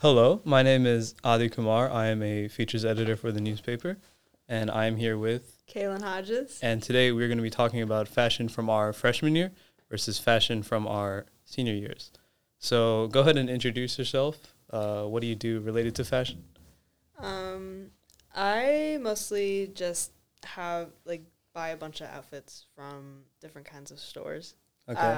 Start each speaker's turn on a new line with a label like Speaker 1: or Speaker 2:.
Speaker 1: Hello, my name is Adi Kumar. I am a features editor for the newspaper, and I am here with.
Speaker 2: Kaylin Hodges.
Speaker 1: And today we're going to be talking about fashion from our freshman year versus fashion from our senior years. So go ahead and introduce yourself. Uh, what do you do related to fashion?
Speaker 2: Um, I mostly just have like buy a bunch of outfits from different kinds of stores.
Speaker 1: Okay.
Speaker 2: Uh,